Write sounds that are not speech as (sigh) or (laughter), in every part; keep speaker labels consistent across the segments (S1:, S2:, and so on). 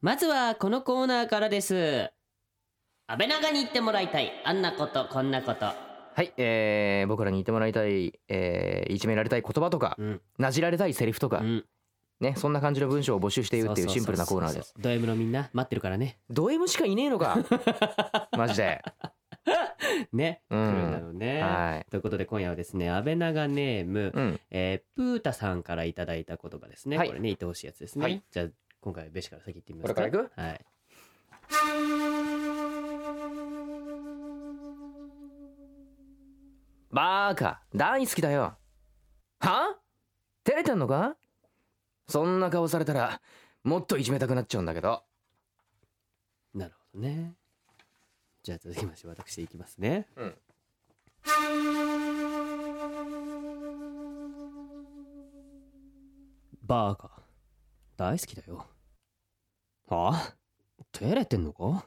S1: まずはこのコーナーからです安倍長に言ってもらいたいあんなことこんなこと
S2: はい、えー僕らに言ってもらいたい、えーいじめられたい言葉とか、
S1: うん
S2: なじられたいセリフとか、
S1: うん
S2: ね、そんな感じの文章を募集しているっていうシンプルなコーナーです。
S1: ド M のみんな待ってるからね
S2: ド M しかいねえのか (laughs) マジで。
S1: ね、
S2: うん
S1: 来るんだろうね、
S2: は
S1: ということで今夜はですね安倍長ネーム
S2: い。、うん。
S1: えー、プータさんからいただいた言葉ですね、
S2: はい
S1: これね言ってほしいやつですね、
S2: はい
S1: じゃあ今回ベシから先行ってみます
S2: これから行
S1: はい
S2: バーカ、大好きだよ。は照れてんのかそんな顔されたら、もっといじめたくなっちゃうんだけど。
S1: なるほどねじゃあ続きまして私いきますね
S2: うん。
S1: バーカ大好きだよはあ照れてんのか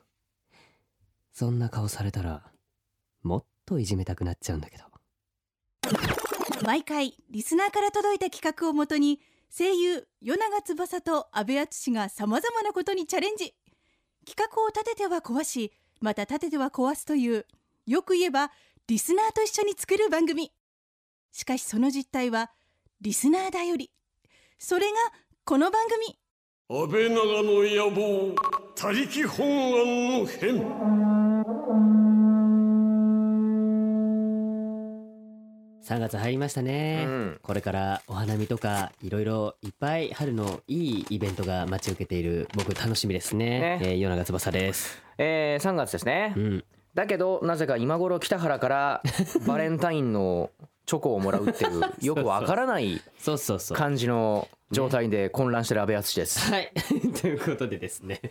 S1: そんな顔されたらもっといじめたくなっちゃうんだけど
S3: 毎回リスナーから届いた企画をもとに声優与永翼と阿部淳がさまざまなことにチャレンジ企画を立てては壊しまた立てては壊すというよく言えばリスナーと一緒に作る番組しかしその実態はリスナーだよりそれがこの番組
S4: 安倍長の野望他力本願の変
S1: 3月入りましたね、
S2: うん
S1: これからお花見とかいろいろいっぱい春のいいイベントが待ち受けている僕楽しみですね
S2: ね
S1: えー、夜長翼です
S2: えー、3月ですね
S1: う。ん
S2: だけど、なぜか今頃北原からバレンタインのチョコをもらう (laughs) っていう、よくわからない
S1: そうそうそう
S2: 感じの状態で混乱してる安倍敦です。
S1: はい。 (laughs) ということでですね。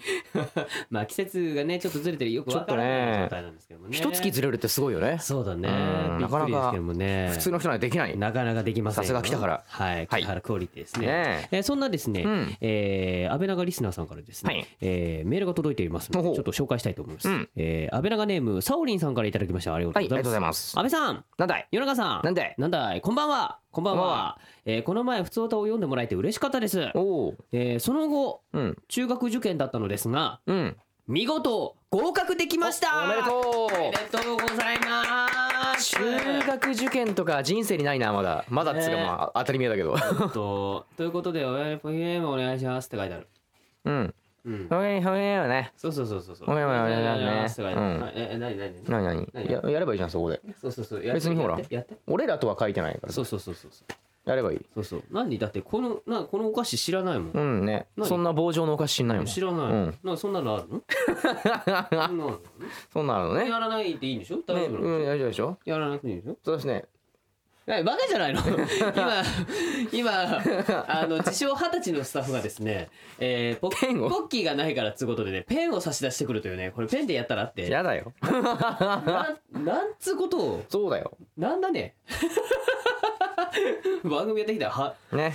S1: (laughs) まあ季節がね、ちょっとずれてるよくわからない状態なんですけどもね。
S2: 一月ずれるってすごいよね。
S1: そうだね
S2: う。ん
S1: びっくりですけどもね。
S2: 普通の人にはできない。
S1: なかなかできませんよ。
S2: さすが北原
S1: はい。北原クオリティですね。
S2: ね
S1: えーそんなですね、
S2: うん
S1: えー安倍長リスナーさんからですね、
S2: はい
S1: えーメールが届いていますの
S2: ほ
S1: で、
S2: う
S1: ちょっと紹介したいと思います。
S2: うん
S1: えー安倍長ネーム、サオリンさんからいただきました。ありが
S2: は
S1: と
S2: い、あ
S1: う
S2: り
S1: ござ
S2: がと
S1: いう
S2: ご
S1: ます。
S2: ざいます
S1: 安。倍さん、
S2: なんだい。
S1: 夜中さん。
S2: なんだい。
S1: なんだいこんばんは。こんばん
S2: こんばん
S1: は
S2: は。
S1: えーこの前、普通歌を読んでもらえて嬉しかったです。
S2: おお。
S1: えーその後、
S2: うん。
S1: 中学受験だったのですが
S2: うん。
S1: 見事合格できました
S2: おめで
S1: おめで
S2: と
S1: とうございま
S2: う。
S1: す
S2: 中学受験とか人生にないな、まだ。まだっつうか、
S1: ね
S2: まあ、当たり前だけど。 (laughs)
S1: とということでおやポイエムお願いしますって書いてある
S2: うん。
S1: うん
S2: ほえ、ほえよね。
S1: そうそうそうそうそう
S2: おめでとうございます
S1: おめでとうございますって書いてあるええ何何何
S2: なになに。や、やればいいじゃん、そこで。
S1: そうそうそうや
S2: 別にほら
S1: やってやって
S2: 俺らとは書いてないから
S1: そ。うそうそうそうそう
S2: やればいい。
S1: そうそう何だってこのなこのお菓子知らないもん
S2: うんね。
S1: 何
S2: そんな棒状のお菓子知んないもん。
S1: 知らない、
S2: うん
S1: なそんなのあるの
S2: (laughs)
S1: そんなのある
S2: そうなの
S1: の
S2: ね。ね
S1: やらないでいいんでしょ大丈夫なの、
S2: うん、大丈夫でしょ
S1: やらなくていいんでしょ
S2: そうですね。
S1: えバカじゃ
S2: (laughs)
S1: ないの今今あの自称二十歳のスタッフがですね、えー、ポ
S2: ペンを
S1: ポッキーがないからっつうことでねペンを差し出してくるというねこれペンでやったらって
S2: やだよ。
S1: なんなんつうことを
S2: そうだよ。
S1: なんだね (laughs) 番組やってきたらは
S2: ね。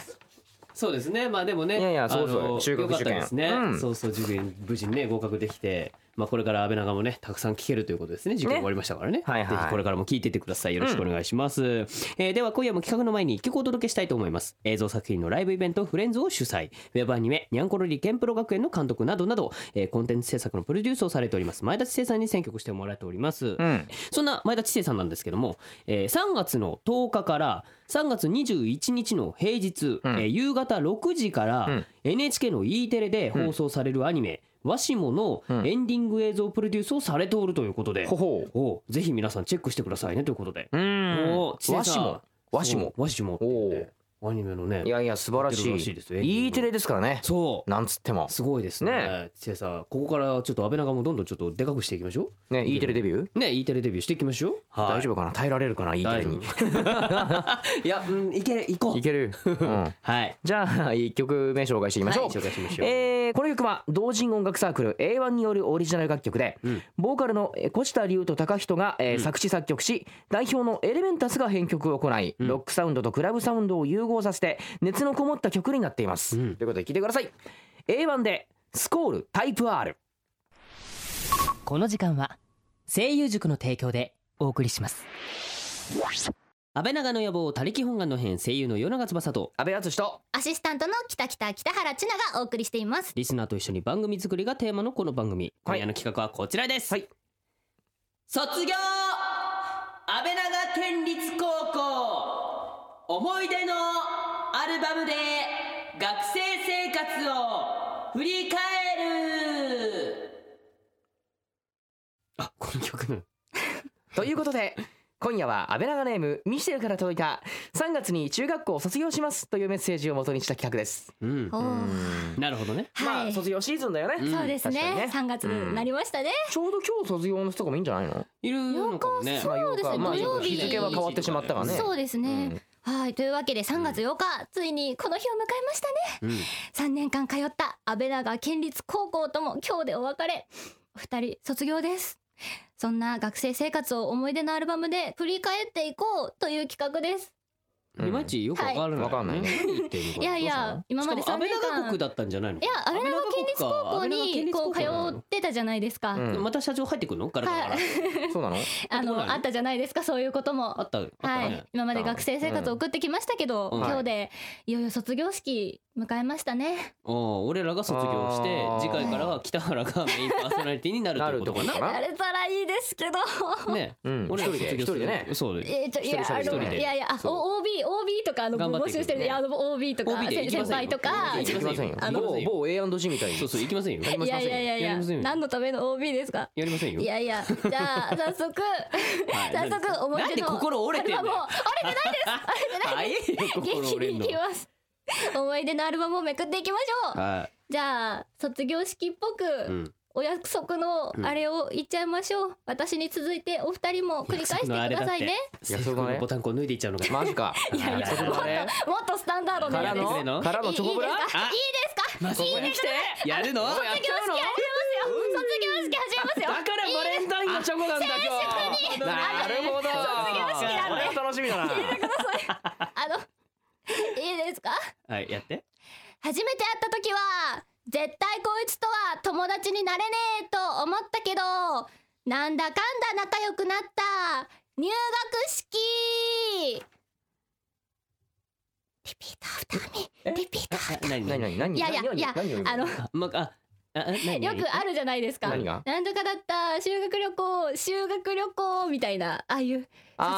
S1: そうですねまあでもね
S2: いやいやそうそう
S1: あの
S2: 中学受験
S1: よかったですね、
S2: うん
S1: そうそう受験無事にね合格できてまあこれから安倍長もねたくさん聞けるということですね受験
S2: ね
S1: 終わりましたからね
S2: はいはい
S1: ぜひこれからも聞いてってくださいよろしくお願いします、えーでは今夜も企画の前に一曲お届けしたいと思います映像作品のライブイベントフレンズを主催ウェブアニメニャンコロリケンプロ学園の監督などなど、えーコンテンツ制作のプロデュースをされております前田知世さんに選曲してもらっております、
S2: うん。
S1: そんな前田知世さんなんですけども、えー3月の10日から3月21日の平日、
S2: うん
S1: えー夕方6時から
S2: うん
S1: NHK の E テレで放送されるアニメ「わしも」の
S2: うん
S1: エンディング映像プロデュースをされておるということで、
S2: ほほう。
S1: おうぜひ皆さんチェックしてくださいねということで、
S2: うん
S1: お知恵さん
S2: わしも。わしも
S1: そ。うわしもっていうねアニメのね
S2: いやいや、素晴
S1: や
S2: ら
S1: ってる
S2: し
S1: らしいですよ
S2: い。E テレですからね。
S1: そう
S2: なんつっても。
S1: すごいですね
S2: ね
S1: 知恵さんここからちょっと安倍長もどんどんちょっとでかくしていきましょ
S2: ね、E テレデビュー
S1: うね E テレデビューしていきましょう、はい
S2: 大丈夫かな耐えられるかな E テ
S1: 大
S2: レ
S1: 丈
S2: に。
S1: 夫 (laughs) いや、うん、いける行こう
S2: いける。うん
S1: はい
S2: じゃあ、一曲目紹介していきましょう
S1: はい。紹介しましょう
S2: えーこの曲は同人音楽サークル A1 によるオリジナル楽曲で、
S1: うん
S2: ボーカルのえー越田龍と高人が、えー作詞作曲し代表のエレメンタスが編曲を行い、
S1: ん
S2: ロックサウンドとクラブサウンドを融合させて熱のこもった曲になっています、
S1: うん
S2: ということで聴いてください A1 でスコールタイプ R
S5: この時間は声優塾の提供でお送りします
S1: 安倍長の野望他力本願の編声優の与永翼と
S2: 安倍敦と
S5: アシスタントの北北北原千奈がお送りしています。
S1: リスナーと一緒に番組作りがテーマのこの番組、
S2: はい
S1: 今夜の企画はこちらです、
S2: はい
S1: 卒業安倍長県立高校思い出のアルバムで学生生活を振り返るあこの曲なの
S2: ということで (laughs) 今夜は安倍長ネームミシェルから届いた3月に中学校を卒業しますというメッセージを元にした企画です、
S1: うん
S5: おー
S1: なるほどね
S2: ま
S5: は
S2: あ
S5: い。
S2: 卒業シーズンだよね、
S1: うん
S5: そうです
S2: 確かにね
S5: ね。三、月になりましたね。
S2: ちょうど今日卒業の人とかもいいんじゃないの
S1: いるのかもね
S5: そうですね
S2: まあ
S5: 土曜日
S2: 日付は変わってしまったがね
S5: そうですね。はいというわけで3月8日、ついにこの日を迎えましたね
S1: うん
S5: 3年間通った安倍長県立高校とも今日でお別れお二人卒業ですそんな学生生活を思い出のアルバムで振り返っていこうという企画です
S1: いまいちよくわからない、
S2: はいわかんないね
S1: 何言ってるのか
S5: いやいや今まで
S1: しか
S5: 3
S1: も安
S5: 年
S1: 倍長
S5: 間
S1: 国だったんじゃないの
S5: いや安倍長県立高校にこう通
S1: っ
S5: ってたじゃないですか、
S2: うん
S1: また社長入ってくるのガラガラガラ
S5: はい
S2: そうなの
S5: あ
S1: そうなの
S5: のあったじゃないですかそういうことも
S1: あったあった
S5: は
S1: ね
S5: い、今まで学生生活を送ってきましたけど、
S1: うん
S5: 今日でいよいよ卒業式迎えましたね。
S1: うん俺らが卒業して
S2: あー
S1: 次回からは北原がメインパーソナリティになるということか
S2: なると
S1: な
S2: か
S5: やれたらいいです
S1: (laughs)
S5: けど、
S1: ね
S2: うん
S1: 俺
S2: 一
S1: ら
S2: 人で
S1: 卒業
S2: 一人
S1: する
S2: でね
S1: そうで
S5: えー、ちょいや
S2: 一人
S5: あ
S2: 一人
S5: の
S1: 一人で
S5: いやいやあ
S1: そう
S5: お OB OB とかあの
S1: 頑張って
S5: 募
S1: いく
S5: 集してるねあの OB とか
S1: OB で
S5: 先
S1: 行きま
S5: 先
S1: せんよ
S5: 輩とか
S1: あ
S2: 行きませんよ
S1: あの
S2: 某某 A&G みたいに
S1: そうそう行きませんよ
S2: 行きま
S5: い
S2: せん
S5: やいやいやい
S1: やり
S5: や
S1: ませんよ
S5: 何のための OB ですか。
S1: やりませんよ
S5: いやいやじゃ
S1: (laughs)
S5: あ早速
S1: はい
S5: 早速思い
S1: なん
S5: 出
S1: で
S5: の
S1: 心折れてんだよ
S5: アルバムを
S1: (laughs) 早いよ
S5: 元
S1: 心
S5: 気
S1: 折れ
S5: に
S1: んの
S5: いきます。思い出のアルバムをめくっていきましょう。
S1: は
S5: じゃあ卒業式っぽ
S1: い、う
S5: く
S1: ん、
S5: お約束のあれを言っちゃいましょう、私に続いてお二人も繰り返してくださいね
S1: 制服のボタンこう脱いでいっちゃうのかな
S2: マジか
S1: いやいや
S2: そこまで
S5: もっとスタンダードな
S2: から
S5: やつで
S1: の
S5: す
S2: のからのチョコブラ
S5: いいですか
S1: あ
S5: いいですか
S1: ま
S5: いい
S1: に
S5: です
S1: 来てやるの
S2: 卒業
S5: 卒業式始めますよ卒業式始めます
S2: だ
S5: よ
S2: からバレンタインのチョコなんだ今日なるほど
S5: 卒業式なん
S2: こ
S5: で
S2: れは楽しみだな
S5: あのいいですか
S1: はいやって
S5: 初めて会った時は絶対こいつとは友達になれねえと思ったけどなんだかんだ仲良くなった入学式リピーター二人リピーター
S1: あ何
S2: 何
S1: 何
S2: 何何
S5: いやいや
S2: 何
S5: いや
S2: 何を言うの
S5: あの
S1: あまあああ何
S5: よ
S1: 何
S5: くあるじゃないですか。
S2: 何が
S5: なんとかだった修学旅行修学旅行みたいなああいう卒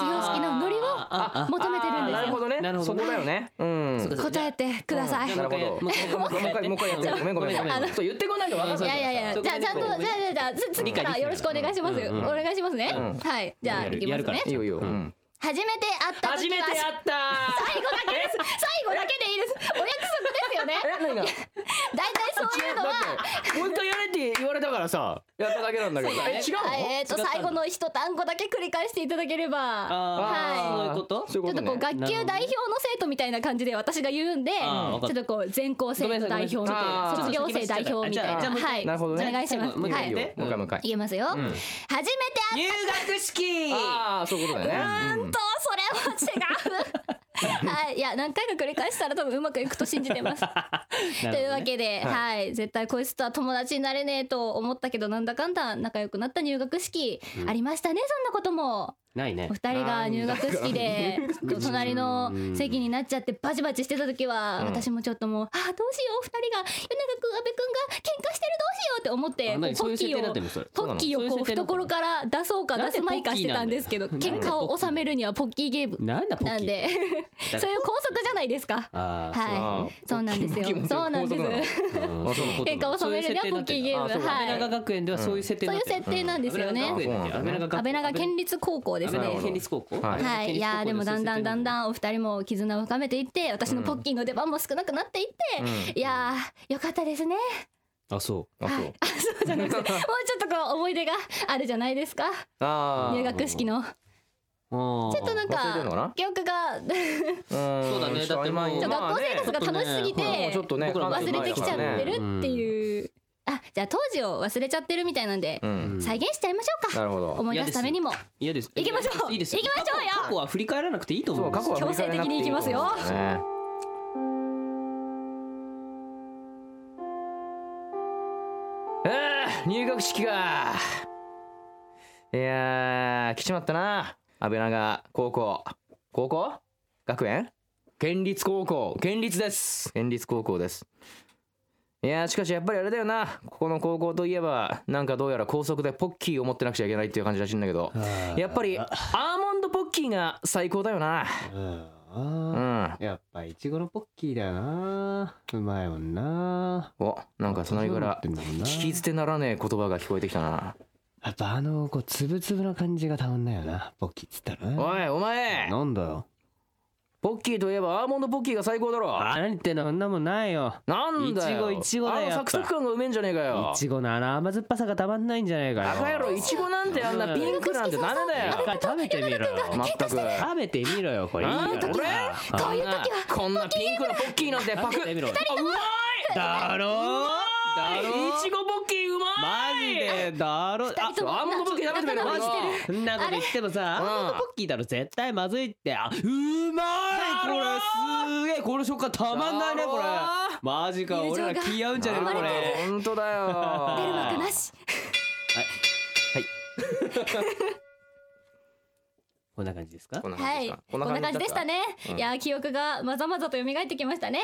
S5: 業式のノリを
S1: あ
S5: 求めてるん
S2: あ
S5: で
S2: な
S5: す
S2: るほ
S5: よ。
S2: どね
S1: なるほど
S2: そこだよねうん
S1: そうか
S5: 答えてください。
S1: じ
S5: い
S1: ゃあもう一回
S2: なる
S1: も
S2: ほど
S1: う一回もう
S2: もう一回もう一回やってごめんごめんごめん
S1: あの
S2: ちょっと言ってこないと分かんない
S5: やいやい
S1: そこ
S5: やじゃあちゃんとじ
S1: そこ
S5: ゃあじゃあじゃあつ次からよろしくお願いします。
S1: うんうん
S5: お願いしますね。
S2: うん
S5: はいじゃあ
S1: やる
S5: いき
S1: や
S5: ますね
S1: る。か
S2: いいよいいよ、
S1: うん
S2: うん
S5: 初めて会った
S2: 初
S5: 時
S2: め
S5: は
S2: てやったー
S5: 最後だけです。最後だけでいいです。お約束ですよね。
S2: え何が
S5: 大体そういうのは。
S2: もう一回やれって言われたからさやっただけなんだけど
S1: そうだね
S2: え違うの、
S5: はいえっと
S1: 違ったんだ
S5: 最後の一単語だけ繰り返していただければ。
S1: あーそうい
S5: は
S1: うこと
S2: そう
S5: ち
S2: い
S5: ょ
S2: うこ
S5: っ
S2: とと
S5: こう
S2: ね
S5: 学級代表の生徒みたいな感じで私が言うんで、ち
S1: あーわ
S5: ょ
S1: か
S5: っ
S1: った
S5: とこう全校生徒代表みたいな
S2: あー
S5: 卒業生代表みたい
S1: じゃあじゃあもう一
S5: な
S1: 回
S5: はい
S2: なるほどね
S5: お願いします。
S1: 最後もう一
S5: は
S1: 回
S5: い、
S1: 言う
S5: 言え
S1: よ
S2: もう一回もう一回、
S5: ますよ。初めて
S1: 入学式
S2: ああそういうことだ
S5: 会
S2: よ
S5: う
S2: ね、
S5: んとそれは違う。 (laughs) はい、いや何回か繰り返したら多分うまくいくと信じ
S1: (laughs)
S5: てます。というわけで、はい、絶対こいつとは友達になれねえと思ったけどなんだかんだ仲良くなった入学式、ありましたねそんなことも。
S1: ないね
S5: お二人が入学式で隣の席になっちゃってバチバチしてた時は私もちょっともう「あーどうしようお二人が与永君阿部君が喧嘩してるどうしよう」って思って
S1: あ何
S5: こ
S1: そう
S5: う
S1: いう
S5: ポッキ
S1: 設定になって
S5: ー
S1: る
S5: を
S1: のそれ
S5: ポッキーを
S1: そういう
S5: こう
S1: 設定になってる
S5: 懐から出そうか
S1: なん
S5: 出
S1: で
S5: すまいかしてたんですけど
S1: ポッキーな
S5: 喧
S1: んだ
S5: 嘩
S1: よ
S5: を収めるにはポッキーゲーム
S1: なんだポ
S5: な
S1: ッ
S5: ん
S1: キー
S5: でそういう校則じゃないですか。
S1: あー
S5: はい、そうなんです
S2: ポ
S5: よ
S2: ッキーも。
S5: そうなんです
S2: ポッキー
S5: (laughs)
S2: も。
S1: うんそういうこと
S5: 喧嘩を収めるには
S1: そういう設定になっ
S5: ポッ
S1: てる
S5: キーゲー
S1: 安倍
S2: あそうだ
S5: ム、はい、
S1: 長学園ではそういう設定
S5: そう
S1: になっ
S5: いう
S1: てる
S5: 設定なんですよね。
S1: 安倍長学園だっけ安倍長学
S5: 安倍長県立高校です
S1: 安倍
S5: ね
S1: 長。県立高校
S2: はい
S5: はい、いやーでもだんだんだんだんお二人も絆を深めていって私のポッキーの出番も少なくなっていって、いやーよかったですね
S1: あそ
S2: あそう
S5: はいあそうじゃなくてもうちょっとこう思い出があるじゃないですか
S2: あ
S5: 入学式のち
S1: うあ
S5: ょっとなん
S2: 忘れてんのか
S5: か
S2: な
S5: 記憶が
S2: そう
S1: だねだってもう
S5: 学校生活が楽しすぎて
S2: ちょっとね
S1: 僕らも
S5: 忘れてきちゃってるっていうあじゃあ当時を忘れちゃってるみたいなんで
S2: うん
S5: 再現しちゃいましょう
S2: な
S5: か
S2: るほど
S5: 思い出すためにも
S1: 嫌です
S5: 行きましょう
S1: いいです
S5: 行きましょうよ
S1: 過去は振り返らなくていいと思
S2: そうう過去は振り返らなくていいと思う
S5: 強制的に行きます
S2: ねあー入学式がいやー来ちまったな安倍長高校高校学園県立高校県立です県立高校ですいやーしかしやっぱりあれだよなここの高校といえばなんかどうやら高速でポッキーを持ってなくちゃいけないっていう感じらしいんだけどやっぱりアーモンドポッキーが最高だよな
S1: うん
S2: う
S1: あ
S2: ん
S1: ーやっぱいちごのポッキーだよなうまいもんな
S2: おなんか隣
S1: そう
S2: から
S1: なってんだもんな
S2: 聞き捨てならねえ言葉が聞こえてきたな
S1: やっぱあのこうつぶつぶな感じがたまんないよなポッキーっつったらな
S2: おいお前
S1: なんだよ
S2: ポッキーといえばアーモンドポッキーが最高だろ
S1: 何言ってんのそんなもんないよ
S2: なんだよ
S1: いちごいちごだよ
S2: あの
S1: やっ
S2: サ
S1: ぱ
S2: クサク感がうめえんじゃねえかよ
S1: いちごのあの甘酸っぱさがたまんないんじゃないかよ
S2: バカ野郎いちごなんてあんなピンクなんてダメだ
S1: 一
S2: よ
S1: 回食べてみろよ
S2: まったく
S1: 食べてみろよこれいい
S2: あ
S1: か
S2: んたこれ
S1: らな
S2: こんなこんなピンクのポッキーなんてパク
S1: 食べてみろよ
S2: あうまい
S1: だろだろ
S2: いちごポッキーうま
S1: マジ
S2: い
S1: でだろあ
S5: 二人とも
S2: あアーモンドポッキー食べてみろ
S5: 仲直りしてる
S1: そんなこと言ってもさア
S2: あれ
S1: ーモンドポッキーだろ絶対まずいってあうまいこれすげえこの食感たまんないねこれ
S2: だろ
S1: マジか
S5: 友情
S1: 俺
S5: が
S1: ら気合うんじゃねえのこれ
S2: あ本当だよ
S5: 出る幕なし
S1: こんな感じですか
S2: こんな感
S5: は
S2: じ
S5: い
S2: ですか
S5: こんな感じでしたね
S2: うん
S5: いや記憶がまざまざと蘇ってきましたね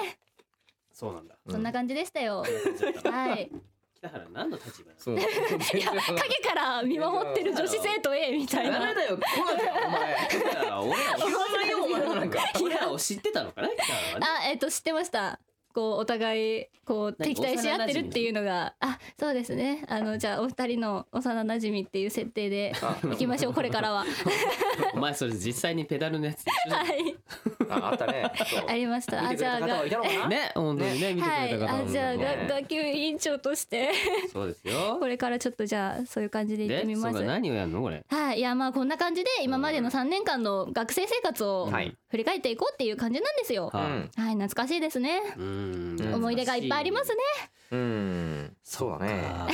S1: そうなんだ
S5: そんな感じでした
S2: (laughs)
S5: よはい
S1: 北原何の立場なの
S2: そういや
S5: 影から見守ってる女子生徒 A みたい
S2: ダ
S5: な
S2: メだよ来なきゃお前
S1: だから俺らを
S2: 言わないよお前のなんか
S1: 俺らを知ってたのかな北原はね
S5: あえっ、と知ってましたこうお互いこう
S1: 何
S5: 敵対し合ってるっていうのがあそうですねあのじゃあお二人の幼馴染っていう設定でいきましょうこれからは
S1: お前それ実際にペダルのやつ
S5: はい
S2: ああったねそう
S5: ありましたあ
S2: 見てく
S5: じ
S2: れ
S5: ゃあ
S2: た方はいたのかな
S1: ね本当にね見て
S5: は
S1: くれ
S5: い
S1: た方
S5: あ
S1: も
S5: じゃあ
S1: ね
S5: が学級委員長として
S1: そうですよ
S5: これからちょっとじゃあそういう感じで行ってみ
S1: でそ
S5: ま
S1: う
S5: す
S1: だ何をやるのこれ
S5: はいいやまあこんな感じで今までの3年間の学生生活を
S2: はい
S5: 振り返っていこうっていう感じなんですよ、
S1: は
S2: う
S1: い
S2: ん
S5: はい懐かしいですね
S1: うん
S2: うん
S5: 思い出がいっぱいありますね
S2: うんそうだね
S1: あ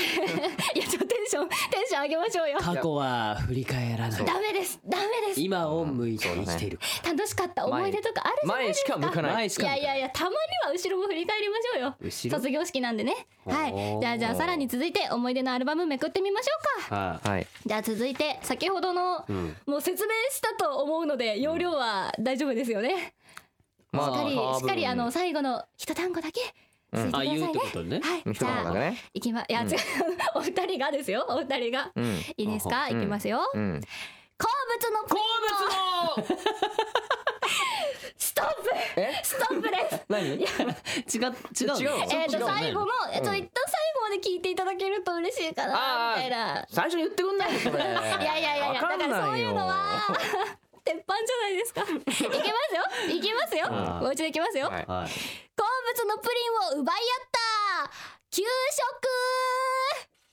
S5: いやちょっとテンションテンション上げましょうよ
S1: 過去は振り返らない
S5: ダメですダメです
S1: 今を向いて生きている
S5: 楽しかった思い出とかあるじゃない
S2: 前
S5: です
S2: し
S5: か
S2: か向かない
S1: 前し
S5: い
S1: か向
S5: や
S1: かない
S5: いやいやたまには後ろも振り返りましょうよ
S1: 後ろ
S5: 卒業式なんでねはい
S1: おー
S5: じゃあじゃあさらに続いて思い出のアルバムめくってみましょうか
S1: は
S2: はい
S5: じゃあ続いて先ほどの、
S1: ん
S5: もう説明したと思うので容量は大丈夫ですよね、
S2: ま
S5: しっかり
S2: 多
S5: し
S2: 分
S5: っかりあの最後の一単語だけついてくだ
S1: あ
S5: さいね、
S1: 言うってことね
S5: はい
S2: 一
S5: じ
S2: 玉
S5: ゃ
S2: だけ
S5: あ
S2: ね
S5: いきまいや、違う (laughs) お二人がですよお二人が、
S2: うん
S5: いいですか、
S2: うん
S5: いきますよ、
S2: うん
S5: 好物のプリンストップ
S2: え
S5: ストップです
S1: 何 (laughs) 違う違う
S2: 違うの
S5: えー、と最後の、えっと
S2: うん
S5: 一旦最後まで聞いていただけると嬉しいかな
S2: あー
S5: みたいな。
S2: 最初に言ってくんないのそれい
S5: (laughs) いやいやいやいや、だからそういうのは (laughs) 鉄板じゃないですか。いきますよ、いきますよ
S1: あー、
S5: もう一度いきますよ。
S2: はい
S1: はい
S5: 好物のプリンを奪い合った給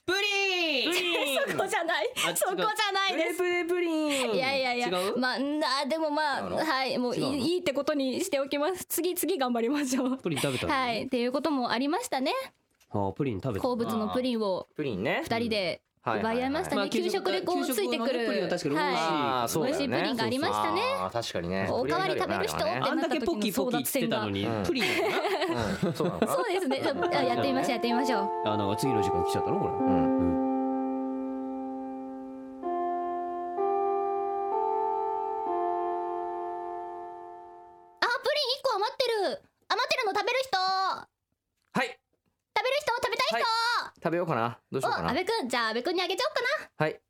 S1: プリン
S5: 食。そこじゃない、
S1: あ違う
S5: そこじゃない
S2: プ
S5: で
S2: レ
S5: す。
S2: プレプリン
S5: いやいやいや
S1: 違、う
S5: まあなでもま
S2: 違う
S5: あ
S2: の
S5: はいもうい
S1: 違うの
S5: いいいってことにしておきます。次次頑張りましょう。
S1: プリン食べたの
S5: はいっていうこともありましたね。
S1: あプリン食べた
S5: 好物のプリンを
S2: プリンね
S5: 二人で
S2: はい
S5: 奪い合いましたね、
S1: はいはいはい
S5: 給食でこ
S1: ま
S5: う
S1: あ給食
S5: ついてく
S1: のね
S5: る、
S1: プリンは確かに美味しい
S2: あーそうだよね
S5: 美味しいプリンがありましたね
S2: あー確かにね
S5: おかわり食べる人って
S2: う
S1: あんだけポキポキ言ってたのに
S2: うん
S1: プリンだよ
S2: んそうなのか
S5: そうですねちょっとあやってみましょうやってみましょう
S1: な (laughs) あの次の時間来ちゃったのこれ
S2: なうん
S5: あプリン一個余ってる余ってるの食べる人
S2: はい
S5: 食べる人食べたい
S2: 食べようかなどうしよう
S5: 人、
S2: か
S5: お阿
S2: な
S5: 部くんじゃあ阿部くんにあげちゃおう
S2: はい
S5: かな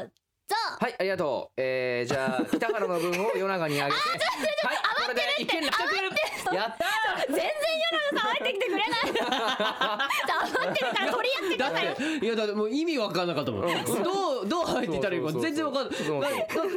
S5: どうぞ
S2: はいありがとうえーじゃ
S5: (laughs)
S2: あ北原の分を夜中にあげてはいこれで一件落着やった
S5: 全然世の中入ってきてくれない
S2: (laughs)
S5: 黙ってるから取り合ってください
S1: だっていやだってもう意味わかんなかったもん。ど
S2: うん
S1: う (laughs) どう入っていたらいいか
S2: そうそうそう
S1: 全然わかんない
S2: そう。
S1: な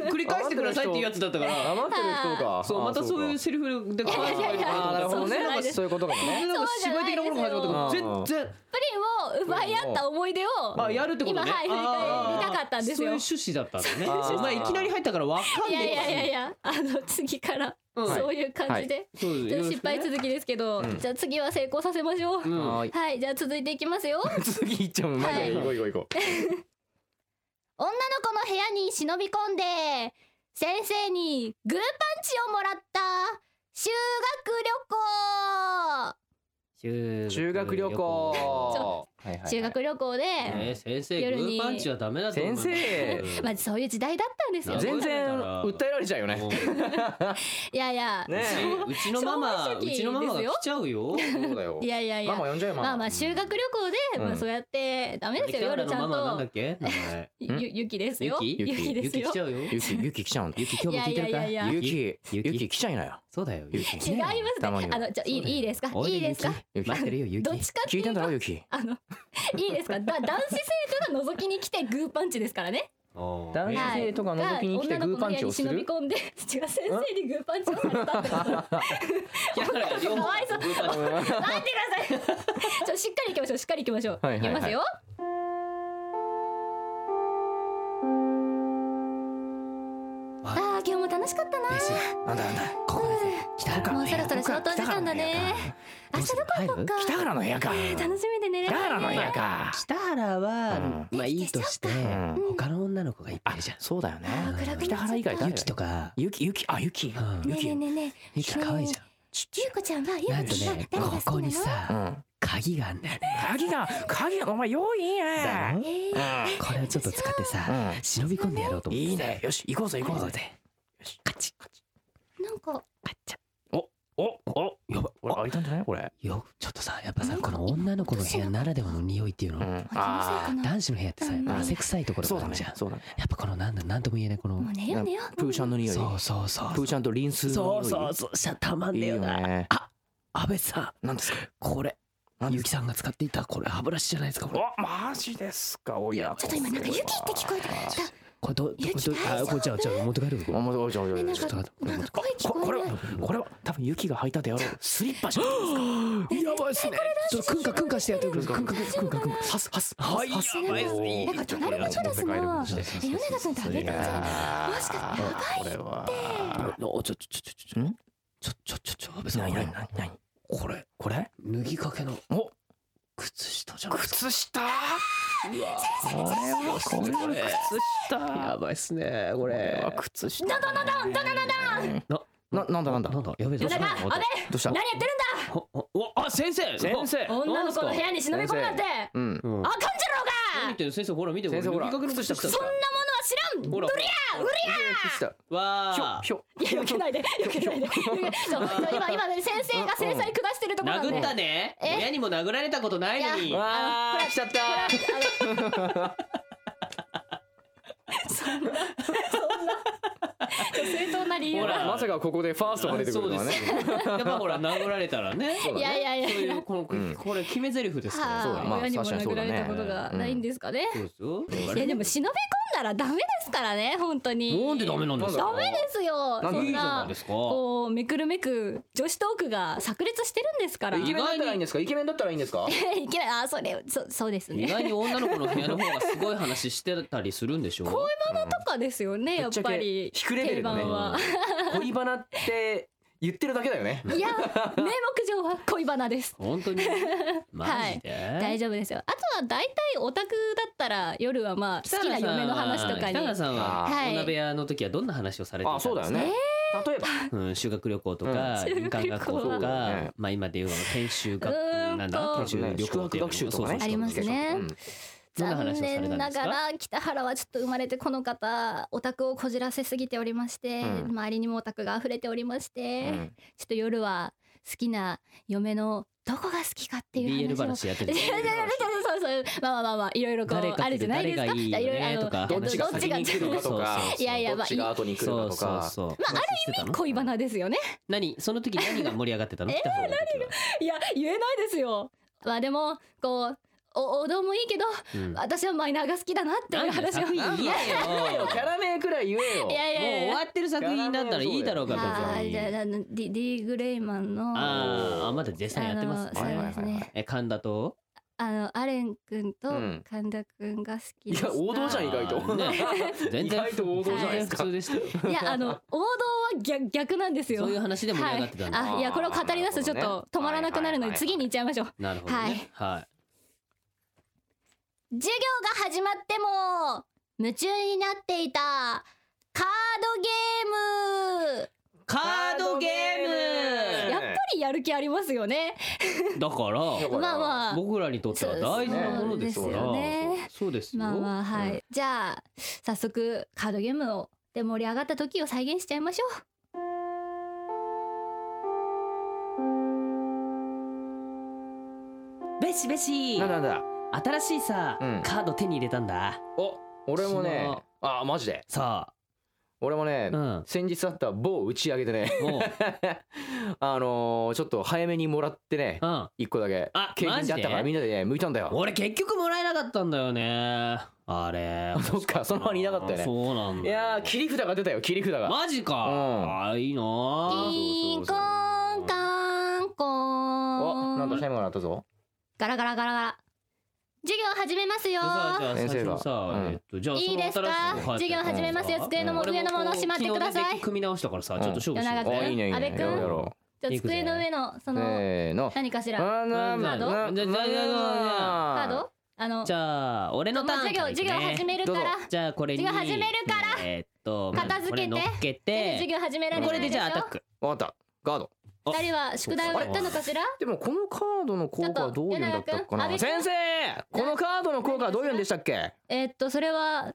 S1: 繰り返してくださいっていうやつだったから。
S2: 余ってる人か
S1: そうまたそういう
S2: 人
S1: セリフで。
S5: やいやいや
S2: あーなるほどね
S5: そうじゃないです
S2: そういうことかもね
S1: なんか芝居的なものが始まったけ
S2: そう
S1: ど
S2: じ
S1: 全然
S5: プリンを奪い合った思い出を
S1: あやるってことね。
S5: 今はい振り
S1: あー
S5: 返りたかったんですよ
S1: そういう趣旨だった
S5: (laughs)
S1: ん
S2: あ
S1: だ
S2: ー
S1: ね。お前いきなり入ったからわかん
S5: い
S1: ない。
S5: やいやいやいやあの次から
S1: ん
S5: そういう感じで、
S1: そう
S5: ちょっ
S1: よ
S5: と
S1: ろし
S5: 失
S1: くね
S5: 敗続きですけど、
S2: ん
S5: じゃあ次は成功させましょう、
S1: うん
S2: はーい
S5: はいじゃあ続いていきますよ女の
S2: 次行っちゃうマジ
S5: はい
S2: で行こう行こう行こう
S5: 子の部屋に忍び込んで先生にグーパンチをもらった修学旅行
S1: 修
S2: 修学旅行はいはいはい
S5: 修学旅行で、
S1: ね先生グ
S5: 夜に
S1: ーパンチはダメだと思います
S2: 先生
S1: うん
S5: まあそういう時代だったんですよ
S1: なるほ
S2: 全
S1: ど
S2: 然訴えられちゃうよね
S1: もう
S5: いやいや、
S2: ね
S1: うちのママ
S5: 正
S1: う
S5: 直
S1: ちのママが
S5: ですよ
S1: 来ちゃうよ
S2: そうだよ
S5: いやいやいや
S2: ママ呼んじゃえママ
S5: まあまあ修学旅行で、
S2: うん
S5: まあそうやってダメです
S1: 北
S5: よ
S1: 原
S5: 夜
S1: の
S5: ちゃ
S1: マ
S5: ん
S1: マはなんだっ
S5: と
S1: け名前
S2: マん
S5: ゆゆきですよ
S1: ゆき
S5: ゆき
S1: ゆ
S5: です
S1: き
S5: よ
S1: 来ちゃうよ
S2: ゆきゆき来ちゃうのゆき今日も聞いてるか
S5: いやいやいやいや
S2: ゆき
S1: ゆ
S2: ゆ
S1: き
S2: き来ちゃいなよ
S1: そうだよゆき
S5: 違いますね
S2: たまには
S5: あのじゃあいい
S1: そうだよ
S5: いいですか
S1: お
S5: い
S1: で
S5: いですか
S1: ゆき待ってるよゆき
S5: どっちかって
S2: 聞
S5: い
S2: いうてんだろ
S5: と
S2: ゆき
S5: あの (laughs) いいですかだ男子生徒が覗きに来てグーパンチですからね
S1: お
S2: 男
S1: ー
S2: 子生徒が覗きに来て
S5: が
S2: グーパンチをす
S5: 女の
S2: る
S5: 子の部屋に忍び込んで違う先生にグーパンチをされたっ
S2: (laughs)
S5: てこと
S1: 北原が両方
S5: かわいそう
S1: グーパンチ
S5: 待ってくださいちょしっかり行きましょうしっかり行きましょう、
S2: はいはいはい
S5: 行きますよあー今日も楽しかった
S2: な
S5: な
S2: んだなんだここだぜ北原
S5: もうそろそろ仕事時間だね明日どこ行こうか
S2: 北原の部屋か
S5: えー楽しみで寝れ
S2: 北
S5: ない
S2: 原の部屋
S5: ね
S2: か
S1: 北原は
S5: うん
S1: まあいいとして
S2: うん
S1: 他の女の子がいっぱいいるじゃん
S2: そうだよね
S5: あー暗くなっちゃった
S2: 北原以外誰
S1: ゆきとか
S2: ゆきゆきあゆき
S1: うん
S5: ねえねえねえねえ
S1: ゆき可愛いじゃん
S5: ゆうこちゃんはゆう
S1: なん
S5: ことちゃんは
S1: ね
S5: 誰が
S1: こ
S5: 好
S1: こ
S5: き
S1: に
S5: なの
S2: う
S1: さ
S2: ん
S1: 鍵があんだよね
S2: 鍵が鍵がお前用意いい
S1: だ
S2: ね
S1: ろ
S5: え
S2: う
S5: ー
S2: ん
S1: これをちょっと使ってさ
S2: うん
S1: 忍び込んでやろうと思って
S2: いいねよし行こうぜ行
S1: 行
S2: こ
S1: こ
S2: う
S1: う
S2: ぜ
S1: ぜカチッ
S5: なんか
S1: カチャ
S2: おお
S1: やば
S2: 俺開いたんじゃないこれ
S1: よちょっとさやっぱさ
S5: なんか
S1: この女の子の部屋ならではの匂いっていうの
S2: あ
S5: 気
S2: あ
S5: のせいかな
S1: 男子の部屋ってさ
S5: うん
S1: 汗臭いとこ
S2: ー
S1: ろ
S2: そう
S1: があ
S2: だ
S1: る
S2: ね
S1: じゃん
S2: そうだね
S1: やっぱこのなんだなんとも言えないこの
S5: もう寝よう寝よう
S2: プーシャンの匂い
S1: そうそうそう
S2: プーシャンとリンス
S1: そ
S2: の
S1: う
S2: 匂い
S1: そうそうしゃたまん
S2: い
S1: ね
S2: い
S1: え
S2: よ
S1: よな
S2: ね
S1: 安倍さん
S2: なんですか
S1: これ
S2: 何で
S1: ゆ
S2: す
S1: きさんが使っていたこれ歯ブラシじゃないですかこれ
S2: おマジですかおいや
S5: ちょっと今なんかゆきって聞こえてきた
S1: これどど
S5: ゆき
S1: どあこれじゃあじゃあ持って帰る
S2: お
S1: こ
S2: もおいちょいおいちょい
S5: ねえ
S2: ちょい
S1: と待って
S5: なんかなんか声聞
S2: こ
S5: こ
S2: これ
S5: え
S2: は
S5: ない
S2: これは多分ユキが履いたであろうスリッパじゃないですか
S1: れやばいっすねちょっとくんかくんかしてやってくるくんかくんかくんかくんか
S2: ハスハスハスハス
S5: やばいっす
S1: ね
S5: なんか隣の人だすな。え米
S1: そうそうそう
S5: 田さんってあげたんじゃない。もしかしてやばい。
S2: これは
S1: おちょちょちょちょちょ
S2: ん
S1: ちょちょちょちょ安倍さんこれ
S2: 何何何何
S1: これ
S2: これ
S1: 脱ぎかけの
S2: お
S1: 靴下じゃん
S2: 靴下これはこれは靴下
S1: やばいっすねこ
S2: これ
S1: れ
S2: は靴下だだだだだだ
S1: な
S2: ななんだなんだ
S1: な
S2: ど
S1: んだやべえ
S5: 夜中
S1: なんだ
S5: 安
S2: うした
S5: 倍何やって
S1: おおおあ先生
S2: 先生
S5: るんだ。女の子の部屋に忍び込むなんて。
S2: うん
S1: うん
S5: あかんじ
S1: 何見
S5: ゃろうが。
S1: てる先生ほら見て
S2: 先生ほら
S1: 脱ぎかけの靴下
S5: そんなもの
S1: ほ
S5: は知らん。
S1: ら
S5: どれやうり
S2: 靴下ひょ
S1: わあ
S2: ひょ
S5: ゃ。いや避けないで避
S2: (laughs)
S5: けないで。そう今今ね先生が制裁下してるところなんで。
S1: 殴った
S5: ね。
S1: ね
S5: え
S1: 親にも殴られたことないのに
S5: い
S1: わ
S2: わあ来ちゃった
S5: 正当な理由
S1: ほ
S5: は。
S1: ら
S2: まさかここでファーストが出てくるのはね
S1: そうですよ (laughs) やっぱほら殴られたらね
S2: そうだね
S5: いやいやいや
S1: そういうこの
S2: うん
S1: これ決め台詞ですから
S2: そう
S5: は
S2: だ
S5: い
S2: まあ
S5: 親にも
S2: 確かにそ
S5: 殴
S2: うだ
S5: ら
S2: ね
S5: れたことがないんですかね。
S1: そうですよ
S5: いやでも忍び込んだらダメですからね本当に。
S1: なんでダメなんですか
S5: ダメですよ。
S2: なんで
S5: そ
S1: いい
S5: ん
S1: じゃな
S5: ない
S1: ですか
S5: こうめくるめく女子トークが炸裂してるんですから。
S2: イケメンだっ
S1: 意外に
S2: たらいいんですかイケメンだったらいいんですか
S5: (laughs) いけないあそれそそうです
S1: 意
S5: ね。
S1: 外に女の子の部屋の方がすごい話してたりするんでしょう
S5: とかですよねやっぱり
S2: 低レベル
S5: 定
S2: だね
S5: 番は。
S2: 恋バナって言ってるだけだよね
S1: (laughs)
S5: いや名目上は恋バナです。
S1: 本
S5: (laughs)
S1: 当にマジで、
S5: 大丈夫ですよ。あとは大体オタクだったら夜はまあ好きな嫁の話とか
S1: 北原
S5: に。
S1: さんは
S2: あ
S5: ーはい
S1: 女部屋の時はどんな話をされてたん
S2: あ
S1: です
S2: そう
S1: か
S2: だよね例えば
S1: うん、修学旅行とか、
S5: うん
S1: 民間学校
S5: 修
S1: と
S5: 学旅行
S1: か、
S2: ね
S1: まあ今で言うあの研修学
S5: うーんと
S1: なんだ研修旅行っていうの
S2: 宿泊学習とかね
S1: そうそうそう
S5: ありますね
S2: うん
S1: どんな話を
S5: 残
S1: されたんです
S5: 念
S1: か
S5: ながら北原はちょっと生まれてこの方オタクをこじらせすぎておりまして、
S2: うん
S5: 周りにもオタクが溢れておりまして、
S2: うん
S5: ちょっと夜は好きな嫁のどこが好きかっていう
S1: BL
S5: 話を。
S1: 話やって
S5: い
S1: る
S5: やいやいやいや (laughs) そうそうまあまあまあまあいろいろこう
S1: 誰か
S5: あるじゃないですか。
S1: 誰がいいよねとか
S5: いやいろいろあの
S2: どっちが先に来るかとか
S1: そうそうそう
S5: いやいや
S2: どっちが後に来るか
S1: そう
S2: とか
S1: そうそう
S5: まあ
S1: ある意味
S5: 恋バナですよね。
S1: 何その時何が盛り上がってたの北原の
S5: いや言えないですよ。まあでもこうお王道もいいけど
S1: 時は、うん、
S5: 私はマイナーが好きだなっていう話を。
S1: なんで作品言えよもう
S2: キャラ名くらい言えよ
S5: いやいやいや
S1: 終わってる作品だったらいいだろうか別
S5: あー
S1: に
S5: じゃああのディディグレイマンの
S1: あーあまだ絶賛やってます
S5: あの
S1: ね
S2: は
S5: そうです
S2: いはいはいは
S5: ね
S2: い。
S1: え神田と
S5: あのアレン君と
S2: うん
S5: 神田君が好き
S2: い
S5: でした。
S2: や王道じゃん意外と
S1: あーね全
S2: 意
S1: 然
S2: 外と王道じゃないです
S1: 全然普
S2: か
S1: 通でしたよ
S5: いや
S1: (laughs)
S5: あの王道は逆逆なんですよ。
S1: そういう話で盛り上がってたんだ、
S5: はい、あいやこれを語り出すとちょっ
S2: なるほ
S5: と
S2: ど
S5: 止
S2: ね
S5: まらなくなるの
S2: はいはいはい
S5: で次に行っちゃいましょう。
S1: なるほどねはい、
S5: 授業が始まっても夢中になっていたカードゲーム。
S1: カードゲーム
S5: やっぱりやる気ありますよね。
S1: だから
S5: まあまあ
S1: 僕らにとっては大事なものですから
S5: そうですよね
S1: そうですよ
S5: まあまあはい、
S2: うん
S5: じゃあ早速カードゲームをで盛り上がった時を再現しちゃいましょう
S1: べしべし
S2: (laughs) なんだなんだ
S1: 新しいさ、
S2: うん
S1: カード手に入れたんだ
S2: お俺も
S1: そ
S2: ね
S1: の
S2: あマジで
S1: さ
S2: 俺もね、
S1: うん
S2: 先日あった某打ち上げでね (laughs)
S1: あもう、
S2: あのーちょっと早めにもらってね
S1: うん、
S2: 一個だけ (laughs)
S1: あ
S2: 景
S1: マ
S2: 品
S1: ジで
S2: だったからみんなでね向いたんだよ
S1: 俺結局もらえなかったんだよねあれ
S2: そっか (laughs) そのままいなかったよね
S1: そうなん
S2: い
S1: だよ
S2: やー切り札が出たよ切り札が
S1: マジか、
S2: うん
S1: あーいいなー
S5: キンコーンカーンコ
S2: おなんか
S5: ーン
S2: 最後になったぞ
S5: ガラガラガラガラ授業始めますよ
S1: じゃあじゃあ
S2: 先
S1: 最
S2: 生
S1: 初
S2: が
S1: にさ、
S2: うん
S1: えっとじゃあ
S5: いいですか
S1: その新しの
S5: 授業始めますよ
S1: うん
S5: 机のも上のものをしまってく
S1: 俺もこ
S5: ださ
S1: う昨日ねデッ
S5: い
S1: キ組み直したからさちょっと勝負しよう
S5: 夜長
S2: お
S5: く
S2: いいねいい
S5: 安
S2: ね
S5: 部君
S2: やろうやろ
S5: じゃあ机の上のそうの、
S2: せーの
S5: 何かしら
S2: あな
S5: カード
S2: な
S1: じゃじゃじゃじゃ
S5: カ
S2: な
S5: ードあの
S1: じゃあ俺のターン
S5: もう授業
S1: からいく
S5: 授
S1: ね
S5: 業始めるから
S1: じゃあこれに
S5: 授業始めるから
S1: えーっとまず
S5: 片付けて
S1: これ乗っけ
S5: 授
S1: て
S5: 業始められ
S1: こ
S5: な
S1: れ
S5: い
S1: で
S5: で
S1: じ
S5: しょ
S1: ゃあアタッ
S2: (laughs)
S1: ク
S2: わかったカード
S1: あ
S5: 二人は宿題をやったのかしら
S2: でもこのカードの効果はどういうんだったっけか
S5: ちょ
S2: な
S5: っと柳
S2: 先
S5: 田君
S2: 生このカードの効果はどういうんでしたっけ
S5: えーっとそれは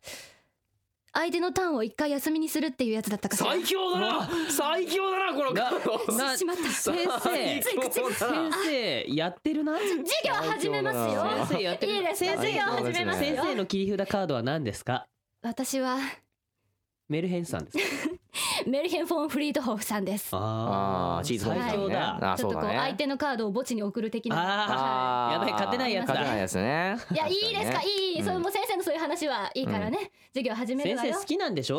S5: 相手のターンを一回休みにするっていうやつだったかしら
S2: 最強だな最強だなこのカード
S1: な
S5: ししまった
S1: 先
S2: 最
S1: 生
S2: 強だな
S1: 先生やってるな先
S5: 授業始めますよ
S2: 先
S1: 生やってる
S5: いいですか
S1: 先生
S5: 授業始めますよ
S1: 生の切り札カードは何ですか
S5: 私は
S1: メルヘンさんですか
S5: メルヘン・フォン・フリートホフさんです
S1: あ
S2: あーチーズフォン
S1: 最
S2: さん
S1: 強
S2: ね
S1: だ
S2: あ
S5: ち
S2: そ
S5: ょっ
S2: う
S5: と
S2: だ
S5: こう相
S2: ね
S5: 手のカードを墓地に送る的な
S2: あー
S1: やばい勝てないやつだ
S2: 勝てないやつね
S5: いやいいですか
S2: い
S5: いい、
S2: うん
S5: それもう先生のそういう話はいいからね、授業始める
S1: 先
S5: わよ
S1: 生
S5: さあ
S1: 好
S5: 授
S1: きなんでしょ